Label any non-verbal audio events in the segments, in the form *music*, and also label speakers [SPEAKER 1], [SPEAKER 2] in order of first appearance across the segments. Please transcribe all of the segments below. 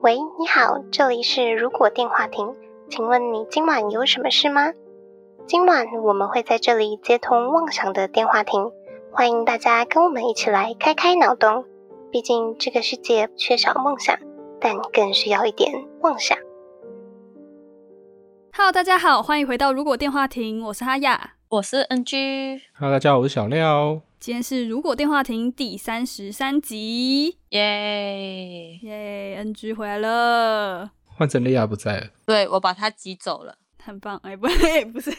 [SPEAKER 1] 喂，你好，这里是如果电话亭，请问你今晚有什么事吗？今晚我们会在这里接通妄想的电话亭，欢迎大家跟我们一起来开开脑洞。毕竟这个世界缺少梦想，但更需要一点妄想。
[SPEAKER 2] Hello，大家好，欢迎回到《如果电话亭》，我是哈雅。
[SPEAKER 3] 我是 NG，
[SPEAKER 4] Hello，大家好，我是小廖。
[SPEAKER 2] 今天是《如果电话亭》第三十三集，
[SPEAKER 3] 耶！
[SPEAKER 2] 耶！NG 回来了，
[SPEAKER 4] 换成莉亚不在了，
[SPEAKER 3] 对我把他挤走了，
[SPEAKER 2] 很棒。哎、不 *laughs* 对，不是，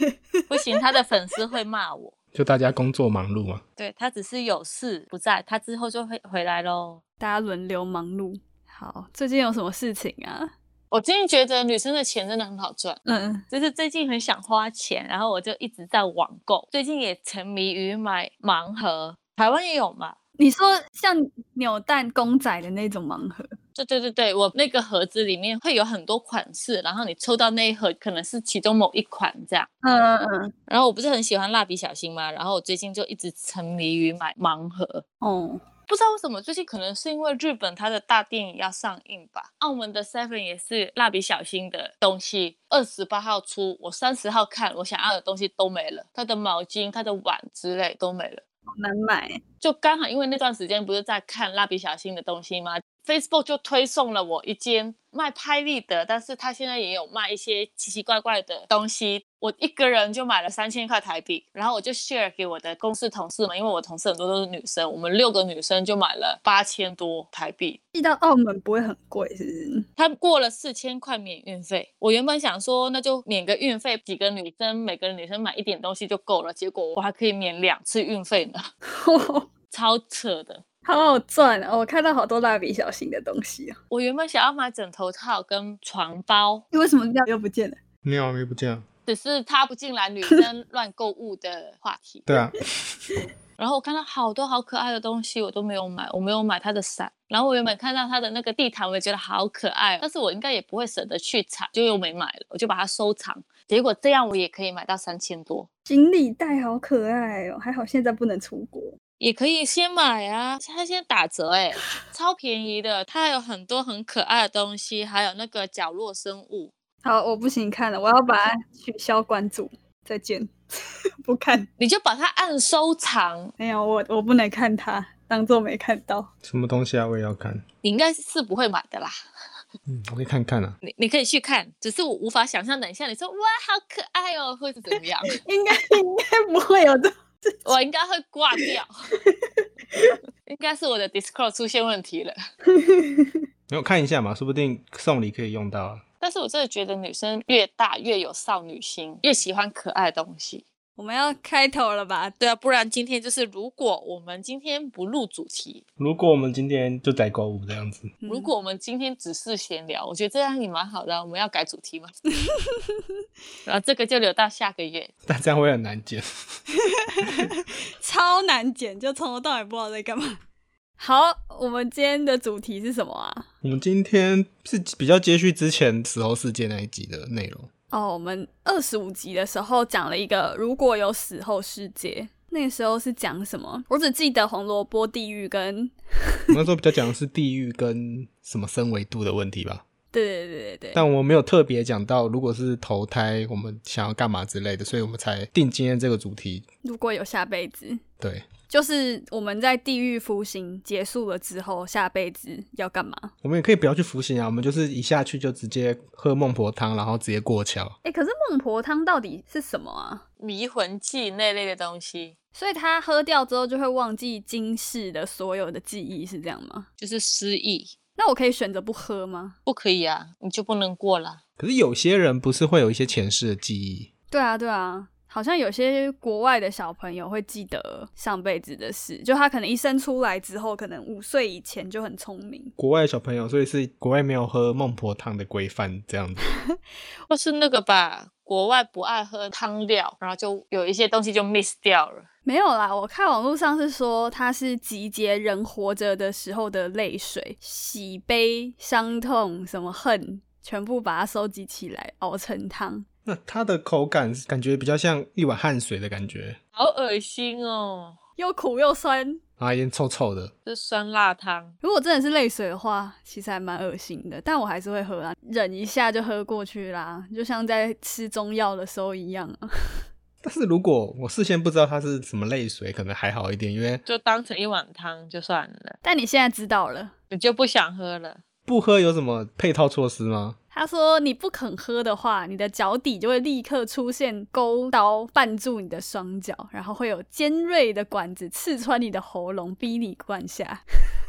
[SPEAKER 3] 不行，他的粉丝会骂我。
[SPEAKER 4] 就大家工作忙碌嘛。
[SPEAKER 3] 对他只是有事不在，他之后就会回来喽。
[SPEAKER 2] 大家轮流忙碌。好，最近有什么事情啊？
[SPEAKER 3] 我最近觉得女生的钱真的很好赚，
[SPEAKER 2] 嗯，
[SPEAKER 3] 就是最近很想花钱，然后我就一直在网购，最近也沉迷于买盲盒，台湾也有嘛。
[SPEAKER 2] 你说像扭蛋公仔的那种盲盒，
[SPEAKER 3] 对对对对，我那个盒子里面会有很多款式，然后你抽到那一盒可能是其中某一款这样。
[SPEAKER 2] 嗯嗯嗯，
[SPEAKER 3] 然后我不是很喜欢蜡笔小新嘛，然后我最近就一直沉迷于买盲盒，
[SPEAKER 2] 哦，
[SPEAKER 3] 不知道为什么，最近可能是因为日本它的大电影要上映吧，澳门的 Seven 也是蜡笔小新的东西，二十八号出，我三十号看，我想要的东西都没了，它的毛巾、它的碗之类都没了。
[SPEAKER 2] 好难买。
[SPEAKER 3] 就刚好因为那段时间不是在看蜡笔小新的东西吗？Facebook 就推送了我一间卖拍立得，但是他现在也有卖一些奇奇怪怪的东西。我一个人就买了三千块台币，然后我就 share 给我的公司同事们，因为我同事很多都是女生，我们六个女生就买了八千多台币，
[SPEAKER 2] 寄到澳门不会很贵，是不是？
[SPEAKER 3] 他过了四千块免运费，我原本想说那就免个运费，几个女生每个女生买一点东西就够了，结果我还可以免两次运费呢， *laughs* 超扯的。
[SPEAKER 2] *laughs* 好好赚哦！我看到好多蜡笔小新的东西啊。
[SPEAKER 3] 我原本想要买枕头套跟床包，
[SPEAKER 2] 为什么这样又不见了？
[SPEAKER 4] 没有，没不见了。
[SPEAKER 3] 只是插不进来女生乱购物的话题。
[SPEAKER 4] 对啊，
[SPEAKER 3] 然后我看到好多好可爱的东西，我都没有买，我没有买它的伞。然后我原本看到它的那个地毯，我也觉得好可爱哦，但是我应该也不会舍得去踩，就又没买了，我就把它收藏。结果这样我也可以买到三千多，
[SPEAKER 2] 行李袋好可爱哦，还好现在不能出国。
[SPEAKER 3] 也可以先买啊，它现在打折哎、超便宜的。它还有很多很可爱的东西，还有那个角落生物，
[SPEAKER 2] 好，我不行看了，我要把它取消关注，再见， *laughs* 不看。
[SPEAKER 3] 你就把它按收藏，
[SPEAKER 2] 没有，我我不能看它，当做没看到。
[SPEAKER 4] *laughs* 什么东西啊？我也要看。
[SPEAKER 3] 你应该是不会买的啦。
[SPEAKER 4] 嗯，我可以看看啊。
[SPEAKER 3] 你你可以去看，只是我无法想象，等一下你说哇好可爱哦，会是怎 *laughs* 么样？
[SPEAKER 2] 应该 *laughs* 应该不会有的。
[SPEAKER 3] 我应该会挂掉， *laughs* 应该是我的 Discord 出现问题了。
[SPEAKER 4] 没有看一下嘛，说不定送礼可以用到啊。
[SPEAKER 3] 但是我真的觉得女生越大越有少女心，越喜欢可爱的东西。
[SPEAKER 2] 我们要开头了吧？
[SPEAKER 3] 对啊，不然今天就是，如果我们今天不录主题，
[SPEAKER 4] 如果我们今天就在购物这样子，
[SPEAKER 2] 嗯
[SPEAKER 3] 如果我们今天只是闲聊，我觉得这样也蛮好的啊。我们要改主 *laughs* 题吗？然后这个就留到下个月。
[SPEAKER 4] 但这样会很难剪。
[SPEAKER 2] 超难剪，就从头到尾不知道在干嘛。 *laughs* 好，我们今天的主题是什么啊？
[SPEAKER 4] 我们今天是比较接续之前死后世界那一集的内容，
[SPEAKER 2] 哦，我们二十五集的时候讲了一个如果有死后世界，那个时候是讲什么？我只记得红萝卜地狱跟
[SPEAKER 4] 我们那时候比较讲的是地狱跟什么深维度的问题吧。
[SPEAKER 2] 对对对对对，
[SPEAKER 4] 但我们没有特别讲到，如果是投胎，我们想要干嘛之类的，所以我们才定今天这个主题。
[SPEAKER 2] 如果有下辈子，
[SPEAKER 4] 对，
[SPEAKER 2] 就是我们在地狱服刑结束了之后，下辈子要干嘛？
[SPEAKER 4] 我们也可以不要去服刑啊，我们就是一下去就直接喝孟婆汤，然后直接过桥。
[SPEAKER 2] 哎、可是孟婆汤到底是什么啊？
[SPEAKER 3] 迷魂剂那类的东西，
[SPEAKER 2] 所以他喝掉之后就会忘记今世的所有的记忆，是这样吗？
[SPEAKER 3] 就是失忆，
[SPEAKER 2] 那我可以选择不喝吗？
[SPEAKER 3] 不可以啊，你就不能过了。
[SPEAKER 4] 可是有些人不是会有一些前世的记忆，
[SPEAKER 2] 对啊，对啊，好像有些国外的小朋友会记得上辈子的事，就他可能一生出来之后，可能五岁以前就很聪明。
[SPEAKER 4] 国外的小朋友，所以是国外没有喝孟婆汤的规范这样子。
[SPEAKER 3] 或是那个吧，国外不爱喝汤料，然后就有一些东西就 miss 掉了。
[SPEAKER 2] 没有啦，我看网络上是说他是集结人活着的时候的泪水、喜悲、伤痛、什么恨，全部把它收集起来熬成汤。
[SPEAKER 4] 那它的口感感觉比较像一碗汗水的感觉，
[SPEAKER 3] 好恶心哦！
[SPEAKER 2] 又苦又酸，
[SPEAKER 4] 然后一定臭臭的。
[SPEAKER 3] 是酸辣汤，
[SPEAKER 2] 如果真的是泪水的话，其实还蛮恶心的，但我还是会喝啊，忍一下就喝过去啦，就像在吃中药的时候一样啊。
[SPEAKER 4] 但是如果我事先不知道它是什么泪水，可能还好一点，因为
[SPEAKER 3] 就当成一碗汤就算了，
[SPEAKER 2] 但你现在知道了，
[SPEAKER 3] 你就不想喝了。
[SPEAKER 4] 不喝有什么配套措施吗？
[SPEAKER 2] 他说你不肯喝的话，你的脚底就会立刻出现钩刀绊住你的双脚，然后会有尖锐的管子刺穿你的喉咙，逼你灌下。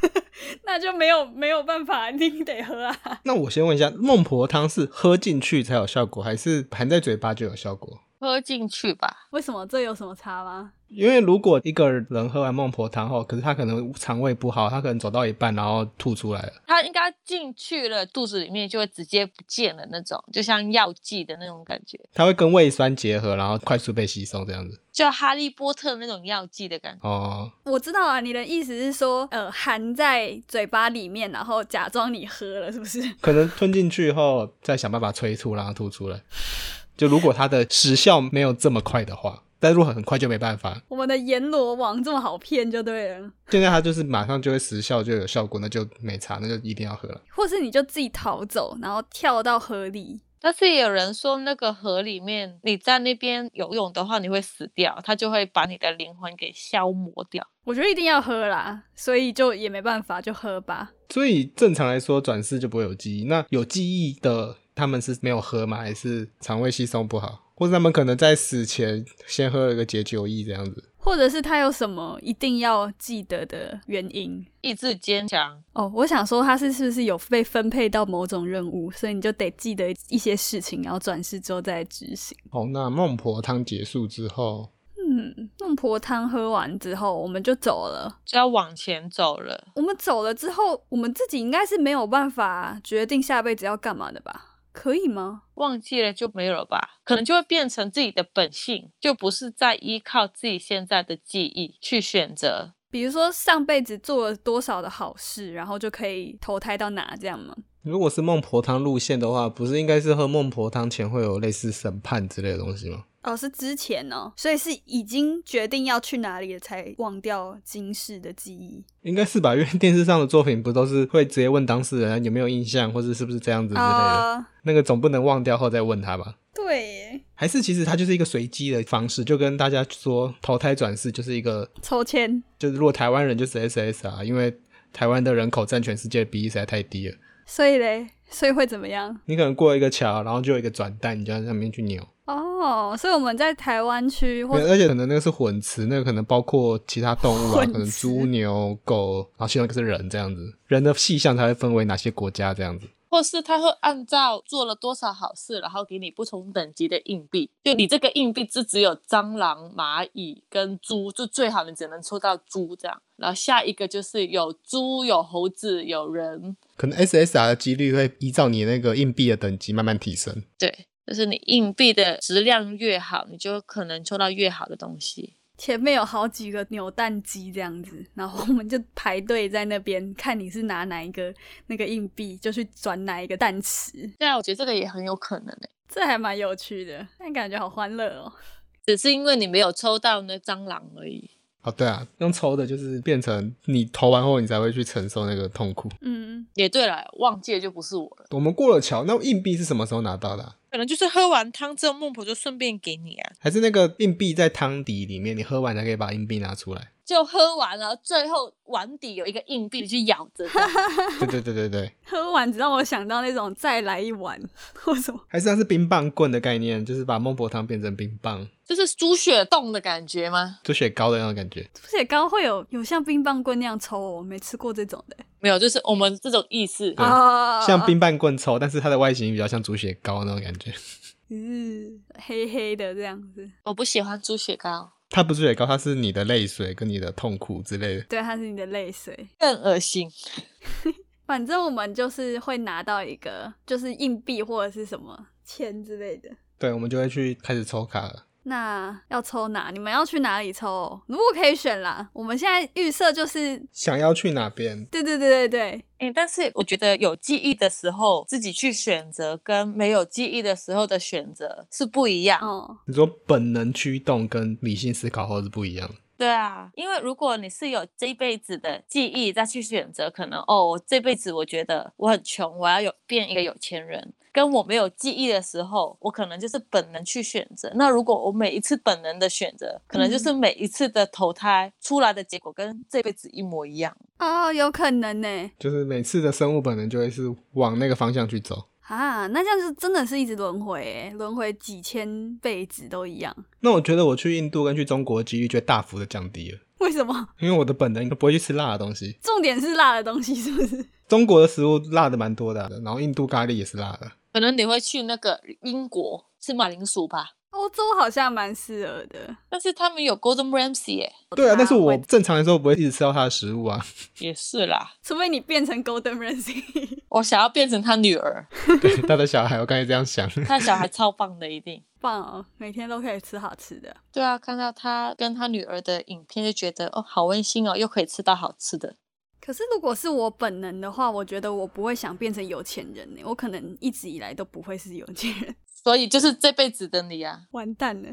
[SPEAKER 2] *laughs* 那就没有没有办法，你一定得喝啊！ *laughs*
[SPEAKER 4] 那我先问一下，孟婆汤是喝进去才有效果，还是含在嘴巴就有效果？
[SPEAKER 3] 喝进去吧，
[SPEAKER 2] 为什么这有什么差吗？
[SPEAKER 4] 因为如果一个人喝完孟婆汤后，可是他可能肠胃不好，他可能走到一半然后吐出来了，
[SPEAKER 3] 它应该进去了，肚子里面就会直接不见了那种，就像药剂的那种感觉，
[SPEAKER 4] 他会跟胃酸结合，然后快速被吸收这样子。
[SPEAKER 3] 就哈利波特那种药剂的感觉。
[SPEAKER 4] 哦，
[SPEAKER 2] 我知道啊，你的意思是说，呃，含在嘴巴里面，然后假装你喝了，是不是？ *laughs*
[SPEAKER 4] 可能吞进去后再想办法催吐，然后吐出来。 *laughs* 就如果它的时效没有这么快的话，但如果很快就没办法。
[SPEAKER 2] 我们的阎罗王这么好骗就对了，
[SPEAKER 4] 现在它就是马上就会时效就有效果，那就没差，那就一定要喝了。
[SPEAKER 2] 或是你就自己逃走，然后跳到河里，
[SPEAKER 3] 但是也有人说，那个河里面你在那边游泳的话，你会死掉，它就会把你的灵魂给消磨掉。
[SPEAKER 2] 我觉得一定要喝啦，所以就也没办法，就喝吧。
[SPEAKER 4] 所以正常来说，转世就不会有记忆。那有记忆的，他们是没有喝吗？还是肠胃吸收不好，或者他们可能在死前先喝了一个解酒液这样子？
[SPEAKER 2] 或者是他有什么一定要记得的原因？
[SPEAKER 3] 意志坚强，
[SPEAKER 2] 哦，我想说他是是不是有被分配到某种任务，所以你就得记得一些事情，然后转世之后再来执行。
[SPEAKER 4] 好，哦那孟婆汤结束之后，
[SPEAKER 2] 嗯，孟婆汤喝完之后，我们就走了。
[SPEAKER 3] 就要往前走了。
[SPEAKER 2] 我们走了之后，我们自己应该是没有办法决定下辈子要干嘛的吧？可以吗？
[SPEAKER 3] 忘记了就没有了吧，可能就会变成自己的本性，就不是在依靠自己现在的记忆去选择。
[SPEAKER 2] 比如说上辈子做了多少的好事，然后就可以投胎到哪这样吗？
[SPEAKER 4] 如果是孟婆汤路线的话，不是应该是喝孟婆汤前会有类似审判之类的东西吗？
[SPEAKER 2] 哦，是之前哦，所以是已经决定要去哪里了，才忘掉今世的记忆
[SPEAKER 4] 应该是吧，因为电视上的作品不都是会直接问当事人有没有印象，或者是不是这样子之类的。
[SPEAKER 2] 啊、
[SPEAKER 4] 那个总不能忘掉后再问他吧？
[SPEAKER 2] 对耶，
[SPEAKER 4] 还是其实它就是一个随机的方式，就跟大家说投胎转世就是一个，
[SPEAKER 2] 抽签
[SPEAKER 4] 就是如果台湾人就是 SS 啊，因为台湾的人口占全世界的比例实在太低了。
[SPEAKER 2] 所以嘞，所以会怎么样？
[SPEAKER 4] 你可能过一个桥，然后就有一个转蛋，你就在上面去扭。
[SPEAKER 2] 哦，所以我们在台湾区或
[SPEAKER 4] 而且可能那个是混词，那个可能包括其他动物啊，
[SPEAKER 2] 混
[SPEAKER 4] 可能
[SPEAKER 2] 词
[SPEAKER 4] 猪、牛、狗，然后其中一个是人这样子，人的细项才会分为哪些国家这样子。
[SPEAKER 3] 或是他会按照做了多少好事，然后给你不同等级的硬币。就你这个硬币是只有蟑螂、蚂蚁跟猪，就最好你只能抽到猪这样。然后下一个就是有猪、有猴子、有人，
[SPEAKER 4] 可能 SSR 的几率会依照你那个硬币的等级慢慢提升。
[SPEAKER 3] 对，就是你硬币的质量越好，你就可能抽到越好的东西。
[SPEAKER 2] 前面有好几个扭蛋机这样子，然后我们就排队在那边看你是拿哪一个那个硬币，就去转哪一个蛋池，
[SPEAKER 3] 对啊，我觉得这个也很有可能欸诶、
[SPEAKER 2] 这还蛮有趣的，但感觉好欢乐哦。
[SPEAKER 3] 只是因为你没有抽到那蟑螂而已。
[SPEAKER 4] 哦，对啊，用抽的就是变成你投完后你才会去承受那个痛苦。
[SPEAKER 2] 嗯，
[SPEAKER 3] 也对了，忘记了就不是我了，
[SPEAKER 4] 我们过了桥，那硬币是什么时候拿到的啊、
[SPEAKER 3] 可能就是喝完汤之后，孟婆就顺便给你啊。
[SPEAKER 4] 还是那个硬币在汤底里面，你喝完才可以把硬币拿出来？ *laughs*
[SPEAKER 3] 就喝完了，最后碗底有一个硬币，你去咬着这样。 *laughs*
[SPEAKER 4] 对对对对对，
[SPEAKER 2] 喝完只让我想到那种再来一碗 *laughs* 或什么。
[SPEAKER 4] 还是它是冰棒棍的概念，就是把孟婆汤变成冰棒，
[SPEAKER 3] 就是猪血冻的感觉吗？
[SPEAKER 4] 就雪糕的那种感觉。
[SPEAKER 2] 猪血糕会有有像冰棒棍那样抽哦，我没吃过这种的
[SPEAKER 3] 没有，就是我们这种意思。
[SPEAKER 4] 对
[SPEAKER 2] 啊
[SPEAKER 4] 像冰棒棍抽，但是它的外形比较像猪血糕那种感觉。
[SPEAKER 2] 嗯黑黑的这样子。
[SPEAKER 3] 我不喜欢猪血糕，
[SPEAKER 4] 它不是雪糕，它是你的泪水跟你的痛苦之类的。
[SPEAKER 2] 对，它是你的泪水。
[SPEAKER 3] 更恶心。
[SPEAKER 2] 反正我们就是会拿到一个，就是硬币或者是什么钱之类的。
[SPEAKER 4] 对，我们就会去开始抽卡了。
[SPEAKER 2] 那要抽哪？你们要去哪里抽哦？如果可以选啦，我们现在预设就是，
[SPEAKER 4] 想要去哪边？
[SPEAKER 2] 对对对对对，
[SPEAKER 3] 哎、但是我觉得有记忆的时候自己去选择，跟没有记忆的时候的选择是不一样。
[SPEAKER 2] 哦，
[SPEAKER 4] 你说本能驱动跟理性思考后是不一样的。
[SPEAKER 3] 对啊，因为如果你是有这一辈子的记忆再去选择，可能哦，我这辈子我觉得我很穷，我要有变一个有钱人。跟我没有记忆的时候，我可能就是本能去选择。那如果我每一次本能的选择，可能就是每一次的投胎出来的结果跟这辈子一模一样。
[SPEAKER 2] 哦，有可能呢。
[SPEAKER 4] 就是每次的生物本能就会是往那个方向去走。
[SPEAKER 2] 啊，那这样是真的是一直轮回耶，轮回几千辈子都一样。
[SPEAKER 4] 那我觉得我去印度跟去中国的几率就会大幅的降低了，
[SPEAKER 2] 为什么？
[SPEAKER 4] 因为我的本能都不会去吃辣的东西。
[SPEAKER 2] 重点是辣的东西是不是？
[SPEAKER 4] 中国的食物辣的蛮多的啊，然后印度咖喱也是辣的。
[SPEAKER 3] 可能你会去那个英国吃马铃薯吧，
[SPEAKER 2] 欧洲好像蛮适合的。
[SPEAKER 3] 但是他们有 Golden Ramsy 耶、
[SPEAKER 4] 对啊，但是
[SPEAKER 2] 它会
[SPEAKER 4] 我正常的时候不会一直吃到它的食物啊。 *laughs*
[SPEAKER 3] 也是啦。
[SPEAKER 2] 除非你变成 Golden Ramsy，
[SPEAKER 3] 我想要变成他女儿，
[SPEAKER 4] 对，他的小孩，我刚才这样想。
[SPEAKER 3] 他小孩超棒的，一定。
[SPEAKER 2] *laughs* 棒哦，每天都可以吃好吃的。
[SPEAKER 3] 对啊，看到他跟他女儿的影片就觉得哦，好温馨哦，又可以吃到好吃的。
[SPEAKER 2] 可是如果是我本能的话，我觉得我不会想变成有钱人欸呢，我可能一直以来都不会是有钱人， *laughs*
[SPEAKER 3] 所以就是这辈子的你啊，
[SPEAKER 2] 完蛋了。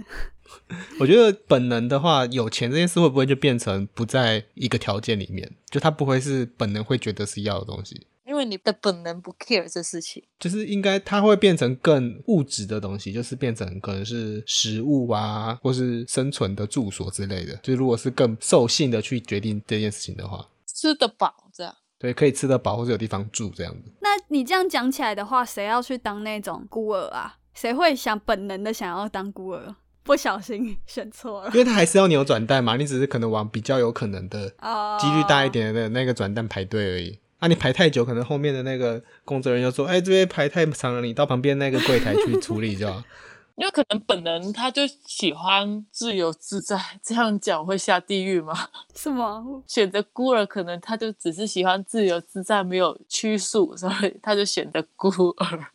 [SPEAKER 4] 我觉得本能的话，有钱这件事会不会就变成不在一个条件里面？就它不会是本能会觉得是要的东西，
[SPEAKER 3] 因为你的本能不 care 这事情。
[SPEAKER 4] 就是应该它会变成更物质的东西，就是变成可能是食物啊，或是生存的住所之类的。就如果是更兽性的去决定这件事情的话，
[SPEAKER 3] 吃得饱，这样
[SPEAKER 4] 对，可以吃得饱或者有地方住这样子。
[SPEAKER 2] 那你这样讲起来的话，谁要去当那种孤儿啊？谁会想本能的想要当孤儿？不小心选错了
[SPEAKER 4] 因为它还是要扭转蛋嘛，你只是可能往比较有可能的
[SPEAKER 2] 哦，
[SPEAKER 4] *laughs* 几率大一。点的那个转蛋排队而已。啊，你排太久，可能后面的那个工作人员就说：“哎、这边排太长了，你到旁边那个柜台去处理就好。 *laughs*
[SPEAKER 3] 因为可能本能他就喜欢自由自在。这样讲会下地狱吗？ *laughs*
[SPEAKER 2] 什么？
[SPEAKER 3] 选择孤儿，可能他就只是喜欢自由自在，没有拘束，所以他就选择孤儿。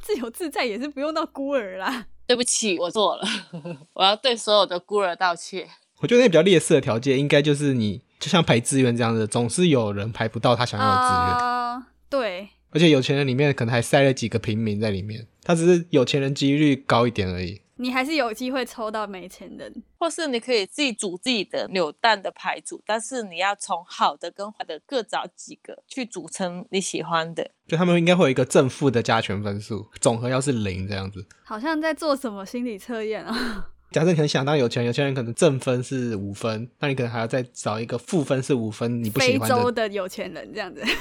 [SPEAKER 2] 自由自在也是不用到孤儿啦。
[SPEAKER 3] 对不起，我错了， *laughs* 我要对所有的孤儿道歉。”
[SPEAKER 4] 我觉得那比较劣势的条件，应该就是你就像排志愿这样子，总是有人排不到他想要的志愿，
[SPEAKER 2] 啊，对，
[SPEAKER 4] 而且有钱人里面可能还塞了几个平民在里面，他只是有钱人几率高一点而已。
[SPEAKER 2] 你还是有机会抽到没钱人。
[SPEAKER 3] 或是你可以自己煮自己的扭蛋的牌组，但是你要从好的跟坏的各找几个去组成你喜欢的。
[SPEAKER 4] 就他们应该会有一个正负的加权分数，总和要是零这样子。
[SPEAKER 2] 好像在做什么心理测验
[SPEAKER 3] *laughs*
[SPEAKER 2] 啊？
[SPEAKER 4] 假设你很想当有钱人，有钱人可能正分是五分，那你可能还要再找一个负分是五分，你不喜
[SPEAKER 2] 非
[SPEAKER 4] 欢
[SPEAKER 2] 洲
[SPEAKER 4] 的
[SPEAKER 2] 的有钱人这样子。 *laughs*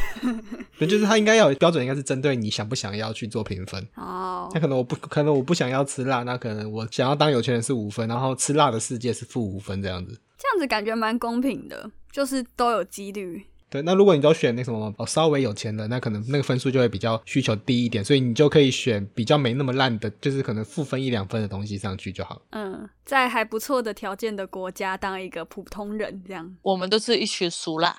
[SPEAKER 4] 对，就是他应该要有标准，应该是针对你想不想要去做评分。
[SPEAKER 3] *laughs*
[SPEAKER 2] 哦
[SPEAKER 4] 那，可能我不可能我不想要吃辣，那可能我想要当有钱人是五分，然后吃辣的世界是负五分这样子。
[SPEAKER 2] 这样子感觉蛮公平的，就是都有几率。
[SPEAKER 4] 对，那如果你都选那什么哦稍微有钱的，那可能那个分数就会比较需求低一点，所以你就可以选比较没那么烂的，就是可能负分一两分的东西上去就好。
[SPEAKER 2] 嗯，在还不错的条件的国家当一个普通人这样， *laughs*
[SPEAKER 3] 我们都是一群俗辣，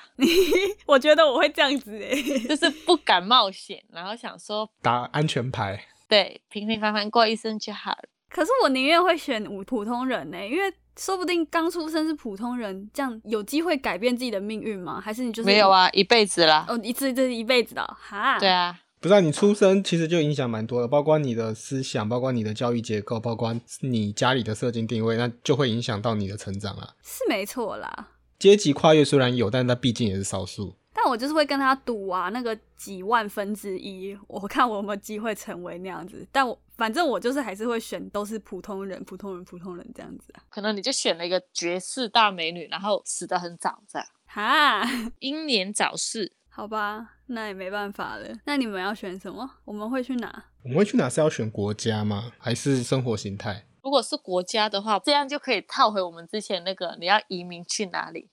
[SPEAKER 2] 我觉得我会这样子欸诶。
[SPEAKER 3] 就是不敢冒险，然后想说
[SPEAKER 4] 打安全牌，
[SPEAKER 3] 对平平凡凡过一生就好了。
[SPEAKER 2] *laughs* 可是我宁愿会选普普通人呢，因为说不定刚出生是普通人，这样有机会改变自己的命运吗？还是你就是
[SPEAKER 3] 没有？啊，一辈子啦。
[SPEAKER 2] 哦，一次这是一辈子的哦哈。
[SPEAKER 3] 对啊，
[SPEAKER 4] 不知道、你出生其实就影响蛮多的，包括你的思想，包括你的教育结构，包括你家里的社经定位，那就会影响到你的成长啊。
[SPEAKER 2] 是没错啦。
[SPEAKER 4] 阶级跨越虽然有，但它毕竟也是少数。
[SPEAKER 2] 但我就是会跟他赌啊，那个几万分之一，我看我有没有机会成为那样子。但我反正我就是还是会选都是普通人、普通人、普通人这样子啊。
[SPEAKER 3] 可能你就选了一个绝世大美女，然后死得很早，这样
[SPEAKER 2] 哈，
[SPEAKER 3] 英年早逝。
[SPEAKER 2] 好吧，那也没办法了。那你们要选什么？我们会去哪？
[SPEAKER 4] 我们会去哪是要选国家吗？还是生活形态？
[SPEAKER 3] 如果是国家的话，这样就可以套回我们之前那个你要移民去哪里。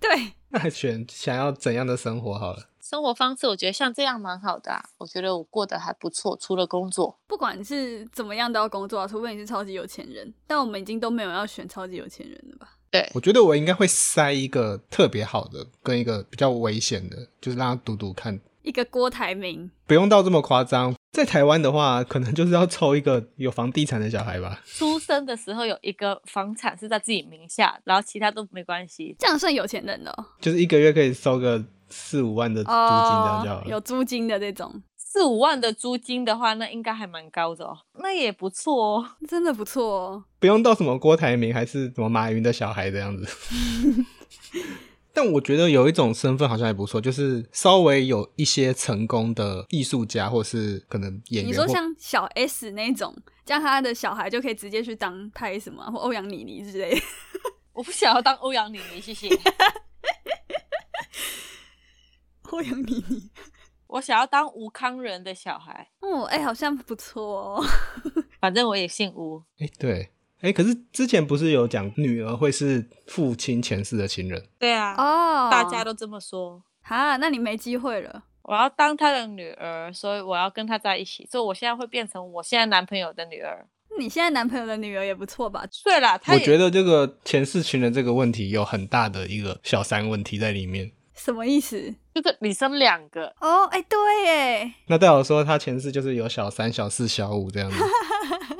[SPEAKER 2] 对，
[SPEAKER 4] 那还选想要怎样的生活好了？
[SPEAKER 3] 生活方式，我觉得像这样蛮好的、啊。我觉得我过得还不错，除了工作，
[SPEAKER 2] 不管是怎么样都要工作啊，除非你是超级有钱人。但我们已经都没有要选超级有钱人了吧？
[SPEAKER 3] 对
[SPEAKER 4] 我觉得我应该会塞一个特别好的，跟一个比较危险的，就是让他赌赌看，
[SPEAKER 2] 一个郭台铭，
[SPEAKER 4] 不用到这么夸张。在台湾的话，可能就是要抽一个有房地产的小孩吧。
[SPEAKER 3] 出生的时候有一个房产是在自己名下，然后其他都没关系。
[SPEAKER 2] 这样算有钱人了
[SPEAKER 4] 就是一个月可以收个四五万的租金，这样就
[SPEAKER 2] 哦
[SPEAKER 4] 好。了。
[SPEAKER 2] 有租金的这种，
[SPEAKER 3] 四五万的租金的话，那应该还蛮高的哦，那也不错哦。 *laughs*
[SPEAKER 2] 真的不错哦。
[SPEAKER 4] 不用到什么郭台铭还是什么马云的小孩
[SPEAKER 2] *laughs*
[SPEAKER 4] 这样子。但我觉得有一种身份好像还不错，就是稍微有一些成功的艺术家，或是可能演员
[SPEAKER 2] 你
[SPEAKER 4] 或。
[SPEAKER 2] 说像小 S 那种，这样他的小孩就可以直接去当拍什么啊或欧阳妮妮之类的。 *laughs*
[SPEAKER 3] 我不想要当欧阳妮妮，谢谢。
[SPEAKER 2] 欧阳妮妮，
[SPEAKER 3] 我想要当吴康仁的小孩，
[SPEAKER 2] 哦，哎、好像不错哦。
[SPEAKER 3] 反正我也姓吴。
[SPEAKER 4] 哎、对，哎、可是之前不是有讲女儿会是父亲前世的情人？
[SPEAKER 3] 对啊，
[SPEAKER 2] *laughs* 哦，
[SPEAKER 3] 大家都这么说。
[SPEAKER 2] 哈，那你没机会了。
[SPEAKER 3] 我要当他的女儿，所以我要跟他在一起，所以我现在会变成我现在男朋友的女儿。
[SPEAKER 2] 你现在男朋友的女儿也不错吧？
[SPEAKER 3] 对啦，他
[SPEAKER 4] 我
[SPEAKER 3] 也
[SPEAKER 4] 觉得这个前世情人这个问题有很大的一个小三问题在里面。
[SPEAKER 2] 什么意思？
[SPEAKER 3] 就是你生两个，
[SPEAKER 2] 哦，哎、对耶，
[SPEAKER 4] 那代表说他前世就是有小三、小四、小五这样子。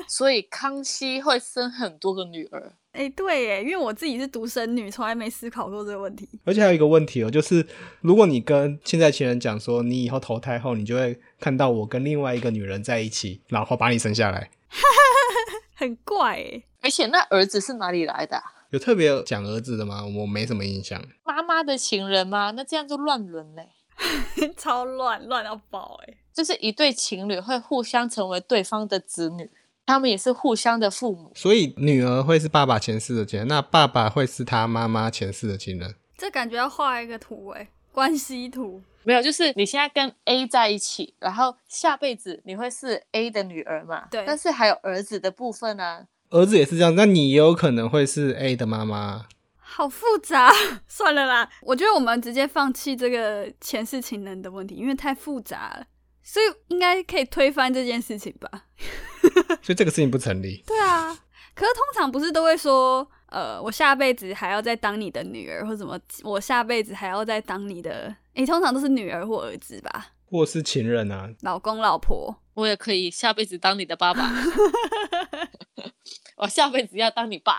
[SPEAKER 3] 所以康熙会生很多个女儿。
[SPEAKER 2] 哎、对耶，因为我自己是独生女，从来没思考过这个问题。
[SPEAKER 4] 而且还有一个问题哦，就是如果你跟现在情人讲说，你以后投胎后，你就会看到我跟另外一个女人在一起，然后把你生下来。
[SPEAKER 2] 很怪哎，
[SPEAKER 3] 而且那儿子是哪里来的啊、
[SPEAKER 4] 有特别讲儿子的吗？我没什么印象。
[SPEAKER 3] 妈妈的情人吗？那这样就乱伦嘞。
[SPEAKER 2] *laughs* 超乱，乱到爆哎。
[SPEAKER 3] 就是一对情侣会互相成为对方的子女，他们也是互相的父母。
[SPEAKER 4] 所以女儿会是爸爸前世的情人，那爸爸会是他妈妈前世的情人。
[SPEAKER 2] 这感觉要画一个图哎，关系图。
[SPEAKER 3] 没有，就是你现在跟 A 在一起，然后下辈子你会是 A 的女儿嘛？
[SPEAKER 2] 对
[SPEAKER 3] 但是还有儿子的部分啊，
[SPEAKER 4] 儿子也是这样，那你也有可能会是 A 的妈妈。
[SPEAKER 2] 好复杂， *laughs* 算了啦。我觉得我们直接放弃这个前世情人的问题，因为太复杂了，所以应该可以推翻这件事情吧？
[SPEAKER 4] 所以这个事情不成立。
[SPEAKER 2] 对啊， *laughs* 可是通常不是都会说，呃，我下辈子还要再当你的女儿，或什么，我下辈子还要再当你的，诶，通常都是女儿或儿子吧，
[SPEAKER 4] 或是情人啊，
[SPEAKER 2] 老公老婆。
[SPEAKER 3] 我也可以下辈子当你的爸爸。 *laughs* 我下辈子要当你爸，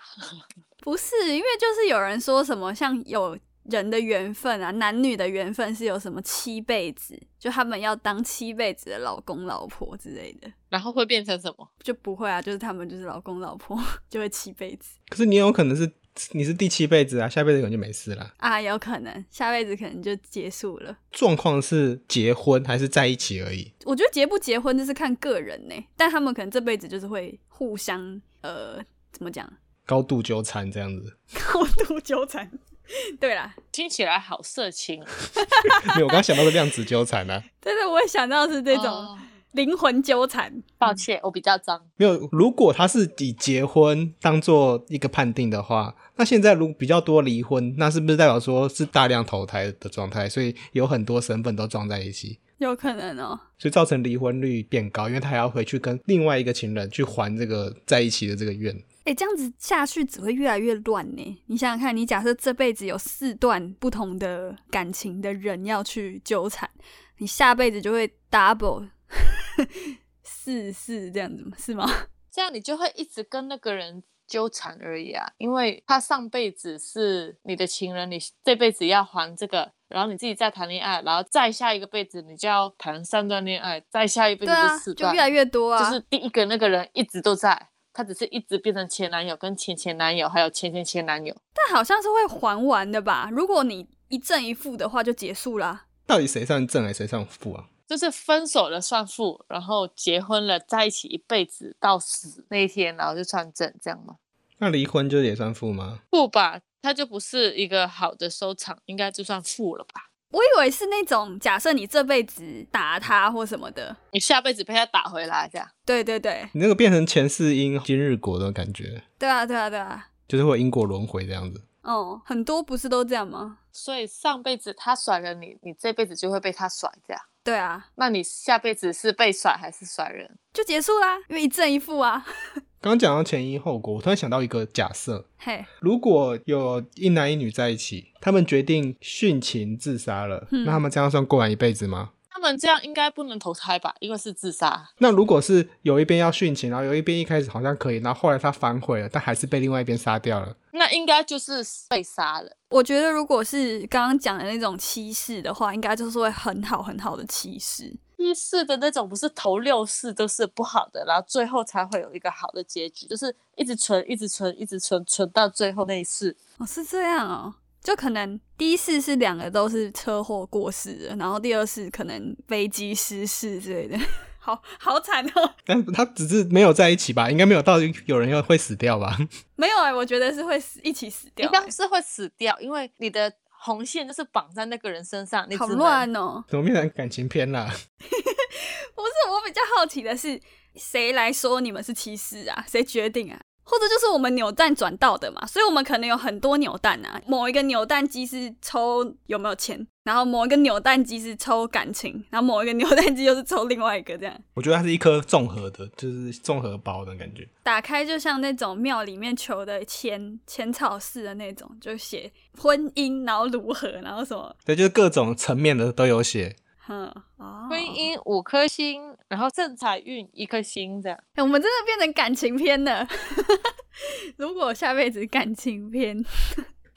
[SPEAKER 2] 不是，因为就是有人说什么像有人的缘分啊，男女的缘分是有什么七辈子，就他们要当七辈子的老公老婆之类的，
[SPEAKER 3] 然后会变成什么？
[SPEAKER 2] 就不会啊，就是他们就是老公老婆 *laughs* 就会七辈子
[SPEAKER 4] 可是你也有可能是你是第七辈子啊，下辈子可能就没事啦。
[SPEAKER 2] 啊，有可能下辈子可能就结束了。
[SPEAKER 4] 状况是结婚还是在一起而已。
[SPEAKER 2] 我觉得结不结婚就是看个人呢、但他们可能这辈子就是会互相呃怎么讲 *laughs*
[SPEAKER 4] 高度纠缠这样子，
[SPEAKER 2] 高度纠缠。对啦，
[SPEAKER 3] 听起来好色情。啊
[SPEAKER 4] 没有，我刚想到的量子纠缠啊，
[SPEAKER 2] 真的我也想到是这种
[SPEAKER 3] 哦
[SPEAKER 2] 灵魂纠缠。
[SPEAKER 3] 抱歉，我比较脏。
[SPEAKER 4] 没有。如果他是以结婚当做一个判定的话，那现在如比较多离婚，那是不是代表说是大量投胎的状态？所以有很多身份都撞在一起，
[SPEAKER 2] 有可能哦、
[SPEAKER 4] 所以造成离婚率变高，因为他还要回去跟另外一个情人去还这个在一起的这个愿。
[SPEAKER 2] 哎、这样子下去只会越来越乱呢。你想想看，你假设这辈子有四段不同的感情的人要去纠缠，你下辈子就会 double *laughs* 四四这样子吗？是吗？
[SPEAKER 3] 这样你就会一直跟那个人纠缠而已啊，因为他上辈子是你的情人，你这辈子要还这个，然后你自己再谈恋爱，然后再下一个辈子你就要谈三段恋爱，再下一辈
[SPEAKER 2] 对
[SPEAKER 3] 子
[SPEAKER 2] 啊
[SPEAKER 3] 就四，
[SPEAKER 2] 就
[SPEAKER 3] 段，
[SPEAKER 2] 越来越多啊。
[SPEAKER 3] 就是第一个那个人一直都在，他只是一直变成前男友、跟前前男友，还有前前前男友。
[SPEAKER 2] 但好像是会还完的吧？如果你一正一负的话，就结束啦。
[SPEAKER 4] 到底谁上正还是谁上负啊？
[SPEAKER 3] 就是分手了算负，然后结婚了在一起一辈子到死那一天，然后就算正，这样吗？
[SPEAKER 4] 那离婚就也算负吗？
[SPEAKER 3] 不吧，他就不是一个好的收场，应该就算负了吧。
[SPEAKER 2] 我以为是那种假设你这辈子打他或什么的。
[SPEAKER 3] 你下辈子被他打回来，这样
[SPEAKER 2] 对对对，
[SPEAKER 4] 你那个变成前世因今日果的感觉，
[SPEAKER 2] 对啊对啊对啊。
[SPEAKER 4] 就是会有因果轮回这样子。
[SPEAKER 2] 哦，很多不是都这样吗？
[SPEAKER 3] 所以上辈子他甩了你，你这辈子就会被他甩，这样。
[SPEAKER 2] 对啊，
[SPEAKER 3] 那你下辈子是被甩还是甩人？
[SPEAKER 2] 就结束啦，因为一正一负啊。
[SPEAKER 4] 刚刚讲到前因后果，我突然想到一个假设：
[SPEAKER 2] 嘿，
[SPEAKER 4] 如果有一男一女在一起，他们决定殉情自杀了，
[SPEAKER 2] 嗯
[SPEAKER 4] 那他们这样算过完一辈子吗？
[SPEAKER 3] 他们这样应该不能投胎吧？因为是自杀。
[SPEAKER 4] 那如果是有一边要殉情，然后有一边一开始好像可以，然后后来他反悔了，但还是被另外一边杀掉了，
[SPEAKER 3] 那应该就是被杀了，
[SPEAKER 2] 我觉得如果是刚刚讲的那种歧视的话，应该就是会很好很好的歧视，
[SPEAKER 3] 第四的那种不是头六世都是不好的，然后最后才会有一个好的结局，就是一直存，一直存，一直存，存到最后那一世。
[SPEAKER 2] 哦，是这样哦。就可能第一世是两个都是车祸过世的，然后第二世可能飞机失事之类的， *laughs* 好好惨哦。
[SPEAKER 4] 但他只是没有在一起吧，应该没有到有人要会死掉吧？ *laughs*
[SPEAKER 2] 没有哎、我觉得是会死，一起死掉
[SPEAKER 3] 应
[SPEAKER 2] 欸、
[SPEAKER 3] 该是会死掉，因为你的红线就是绑在那个人身上，你
[SPEAKER 2] 好
[SPEAKER 3] 只能
[SPEAKER 2] 乱哦。
[SPEAKER 4] 怎么变成感情片啦？
[SPEAKER 2] 不是，我比较好奇的是，谁来说你们是骑士啊？谁决定啊？或者就是我们扭蛋转到的嘛，所以我们可能有很多扭蛋啊。某一个扭蛋机是抽有没有钱，然后某一个扭蛋机是抽感情，然后某一个扭蛋机又是抽另外一个这样。
[SPEAKER 4] 我觉得它是一颗综合的，就是综合包的感觉。
[SPEAKER 2] 打开就像那种庙里面求的浅浅草寺的那种，就写婚姻，然后如何，然后什么，
[SPEAKER 4] 对，就是各种层面的都有写。
[SPEAKER 2] 嗯，哦，
[SPEAKER 3] 婚姻五颗星，然后正财运一颗星这样。
[SPEAKER 2] 欸我们真的变成感情片了。 *laughs* 如果下辈子感情片，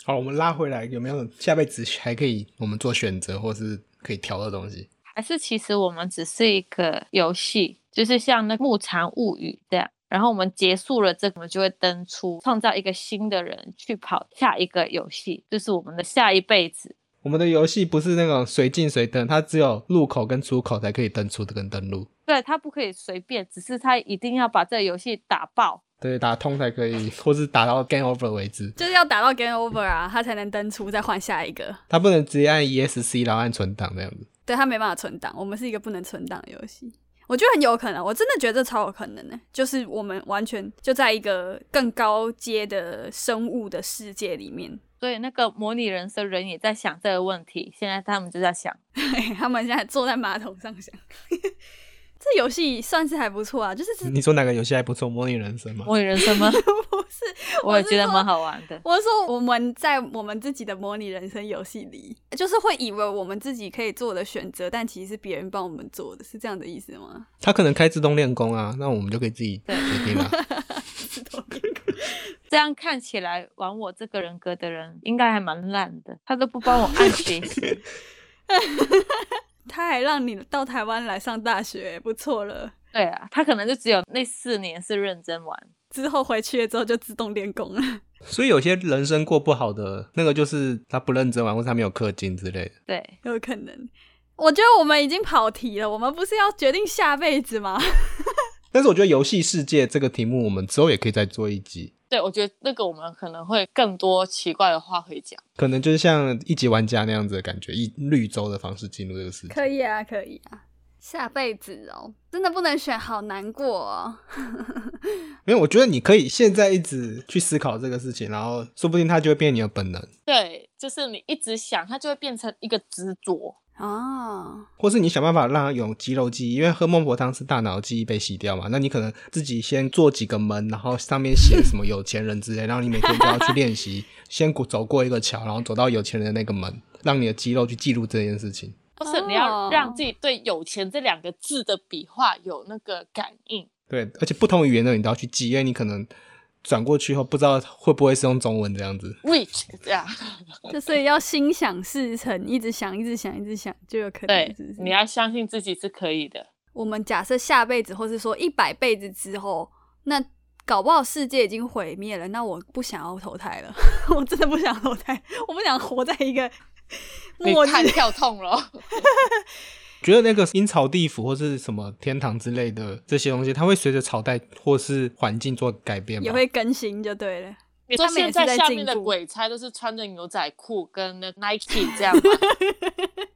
[SPEAKER 4] 好，我们拉回来，有没有下辈子还可以我们做选择，或是可以调的东西？
[SPEAKER 3] 还是其实我们只是一个游戏，就是像那《牧场物语》这样。然后我们结束了这个，我们就会登出，创造一个新的人去跑下一个游戏，就是我们的下一辈子。
[SPEAKER 4] 我们的游戏不是那种随进随登，它只有入口跟出口才可以登出跟登录，
[SPEAKER 3] 对他不可以随便，只是他一定要把这个游戏打爆。
[SPEAKER 4] 对，打通才可以，或是打到 game over 为止。
[SPEAKER 2] 就是要打到 game over 啊，他才能登出，再换下一个。
[SPEAKER 4] 它不能直接按 ESC 然后按存档这样子。
[SPEAKER 2] 对他没办法存档，我们是一个不能存档的游戏。我觉得很有可能，我真的觉得这超有可能的， *laughs* 就是我们完全就在一个更高阶的生物的世界里面， *laughs*
[SPEAKER 3] 所以那个模拟人生人也在想这个问题，现在他们就在想，
[SPEAKER 2] 对他们现在坐在马桶上想， *laughs* 这游戏算是还不错啊，就是
[SPEAKER 4] 你说哪个游戏还不错？模拟人生吗？
[SPEAKER 3] 模拟人生吗？
[SPEAKER 2] 不是
[SPEAKER 3] *laughs* 我也
[SPEAKER 2] 是
[SPEAKER 3] 觉得
[SPEAKER 2] 说
[SPEAKER 3] 蛮好玩的。
[SPEAKER 2] 我是说，我们在我们自己的模拟人生游戏里，就是会以为我们自己可以做的选择，但其实是别人帮我们做的，是这样的意思吗？
[SPEAKER 4] 它可能开自动练功啊，那我们就可以自己决定啊啦。
[SPEAKER 2] 自动练
[SPEAKER 3] 这样看起来玩我这个人格的人应该还蛮烂的，他都不帮我按学 *laughs* 习。
[SPEAKER 2] 他还让你到台湾来上大学，不错了。
[SPEAKER 3] 对啊，他可能就只有那四年是认真玩，
[SPEAKER 2] 之后回去了之后就自动练功了。
[SPEAKER 4] 所以有些人生过不好的那个，就是他不认真玩，或是他没有氪金之类的。
[SPEAKER 3] 对，
[SPEAKER 2] 有可能。我觉得我们已经跑题了，我们不是要决定下辈子吗？
[SPEAKER 4] 但是我觉得游戏世界这个题目，我们之后也可以再做一集，
[SPEAKER 3] 对我觉得那个我们可能会更多奇怪的话会讲。
[SPEAKER 4] 可能就是像一级玩家那样子的感觉，以绿洲的方式进入这个世界。
[SPEAKER 2] 可以啊，可以啊。下辈子哦，真的不能选，好难过哦。
[SPEAKER 4] 因为我觉得你可以现在一直去思考这个事情，然后说不定它就会变你的本能，
[SPEAKER 3] 对，就是你一直想，它就会变成一个执着。
[SPEAKER 2] 哦，
[SPEAKER 4] 或是你想办法让它有肌肉记忆，因为喝孟婆汤是大脑记忆被洗掉嘛。那你可能自己先做几个门，然后上面写什么有钱人之类，然后你每天都要去练习，先过走过一个桥，然后走到有钱人的那个门，让你的肌肉去记录这件事情。
[SPEAKER 3] 或是你
[SPEAKER 2] 哦
[SPEAKER 3] 要让自己对“有钱”这两个字的笔画有那个感应，
[SPEAKER 4] 对，而且不同语言的你都要去记，因为你可能转过去后不知道会不会是用中文这样子。
[SPEAKER 3] ，which 这样，
[SPEAKER 2] 就所以要心想事成，一直想，一直想，一直想，就有可能。
[SPEAKER 3] 对
[SPEAKER 2] 是不，是
[SPEAKER 3] 你要相信自己是可以的。
[SPEAKER 2] 我们假设下辈子，或是说一百辈子之后，那搞不好世界已经毁灭了，那我不想要投胎了， *laughs* 我真的不想投胎，我不想活在一个
[SPEAKER 3] 你
[SPEAKER 2] 末日。
[SPEAKER 3] 看跳痛了，
[SPEAKER 4] 觉得那个阴曹地府或是什么天堂之类的这些东西，它会随着朝代或是环境做改变
[SPEAKER 2] 也
[SPEAKER 4] 嘛？
[SPEAKER 2] 会更新就对了，
[SPEAKER 3] 你
[SPEAKER 2] 他
[SPEAKER 3] 说
[SPEAKER 2] 们也
[SPEAKER 3] 现
[SPEAKER 2] 是
[SPEAKER 3] 在
[SPEAKER 2] 在
[SPEAKER 3] 下
[SPEAKER 2] 进
[SPEAKER 3] 面的
[SPEAKER 2] 步
[SPEAKER 3] 鬼差都是穿着牛仔裤跟那 Nike 这样吗？
[SPEAKER 2] *laughs*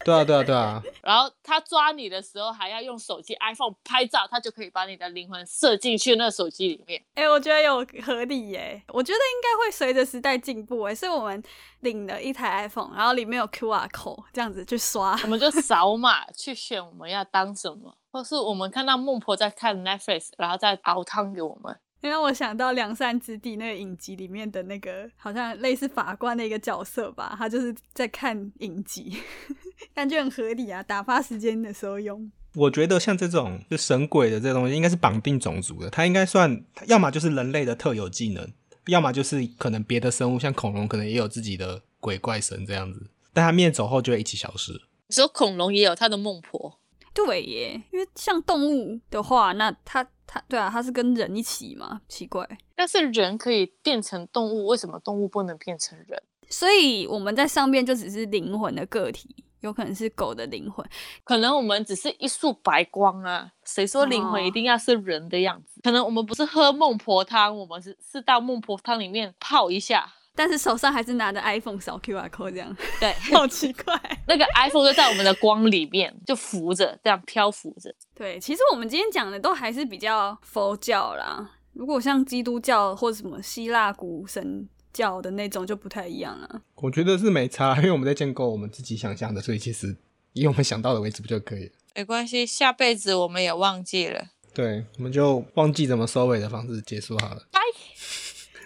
[SPEAKER 4] 对啊，对啊，对啊，
[SPEAKER 3] 然后他抓你的时候还要用手机 iPhone 拍照，他就可以把你的灵魂射进去那手机里面。
[SPEAKER 2] 哎、我觉得有合理耶、我觉得应该会随着时代进步哎、所以我们领了一台 iPhone，然后里面有 QR code，这样子去刷，
[SPEAKER 3] 我们就扫码去选我们要当什么，或是我们看到孟婆在看 Netflix，然后再熬汤给我们。
[SPEAKER 2] 因为我想到《良善之地》那个影集里面的那个，好像类似法官的一个角色吧，他就是在看影集， *laughs* 感觉很合理啊，打发时间的时候用。
[SPEAKER 4] 我觉得像这种就神鬼的这东西，应该是绑定种族的，它应该算，它要么就是人类的特有技能，要么就是可能别的生物，像恐龙可能也有自己的鬼怪神这样子，但它灭走后就会一起消失。
[SPEAKER 3] 你说恐龙也有他的孟婆，
[SPEAKER 2] 哎、对耶，因为像动物的话，那它它对啊，它是跟人一起嘛，奇怪。
[SPEAKER 3] 但是人可以变成动物，为什么动物不能变成人？
[SPEAKER 2] 所以我们在上面就只是灵魂的个体，有可能是狗的灵魂。
[SPEAKER 3] 可能我们只是一束白光啊，谁说灵魂
[SPEAKER 2] 哦
[SPEAKER 3] 一定要是人的样子？可能我们不是喝孟婆汤，我们是是到孟婆汤里面泡一下，
[SPEAKER 2] 但是手上还是拿着 iPhone 扫 QR code 这样，
[SPEAKER 3] 对，
[SPEAKER 2] 好奇怪。
[SPEAKER 3] *laughs* 那个 iPhone 就在我们的光里面，就浮着，这样漂浮着。
[SPEAKER 2] 对，其实我们今天讲的都还是比较佛教啦。如果像基督教或什么希腊古神教的那种就不太一样了。 *laughs*
[SPEAKER 4] 我觉得是没差，因为我们在建构我们自己想象的，所以其实以我们想到的为止不就可以了？
[SPEAKER 3] 没关系，下辈子我们也忘记了。
[SPEAKER 4] 对，我们就忘记怎么收尾的方式结束好了。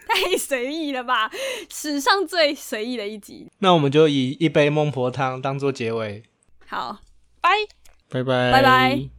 [SPEAKER 2] 太随意了吧，史上最随意的一集。
[SPEAKER 4] 那我们就以一杯孟婆汤当做结尾，
[SPEAKER 2] 好，
[SPEAKER 3] 拜。
[SPEAKER 4] 拜拜，
[SPEAKER 2] 拜拜。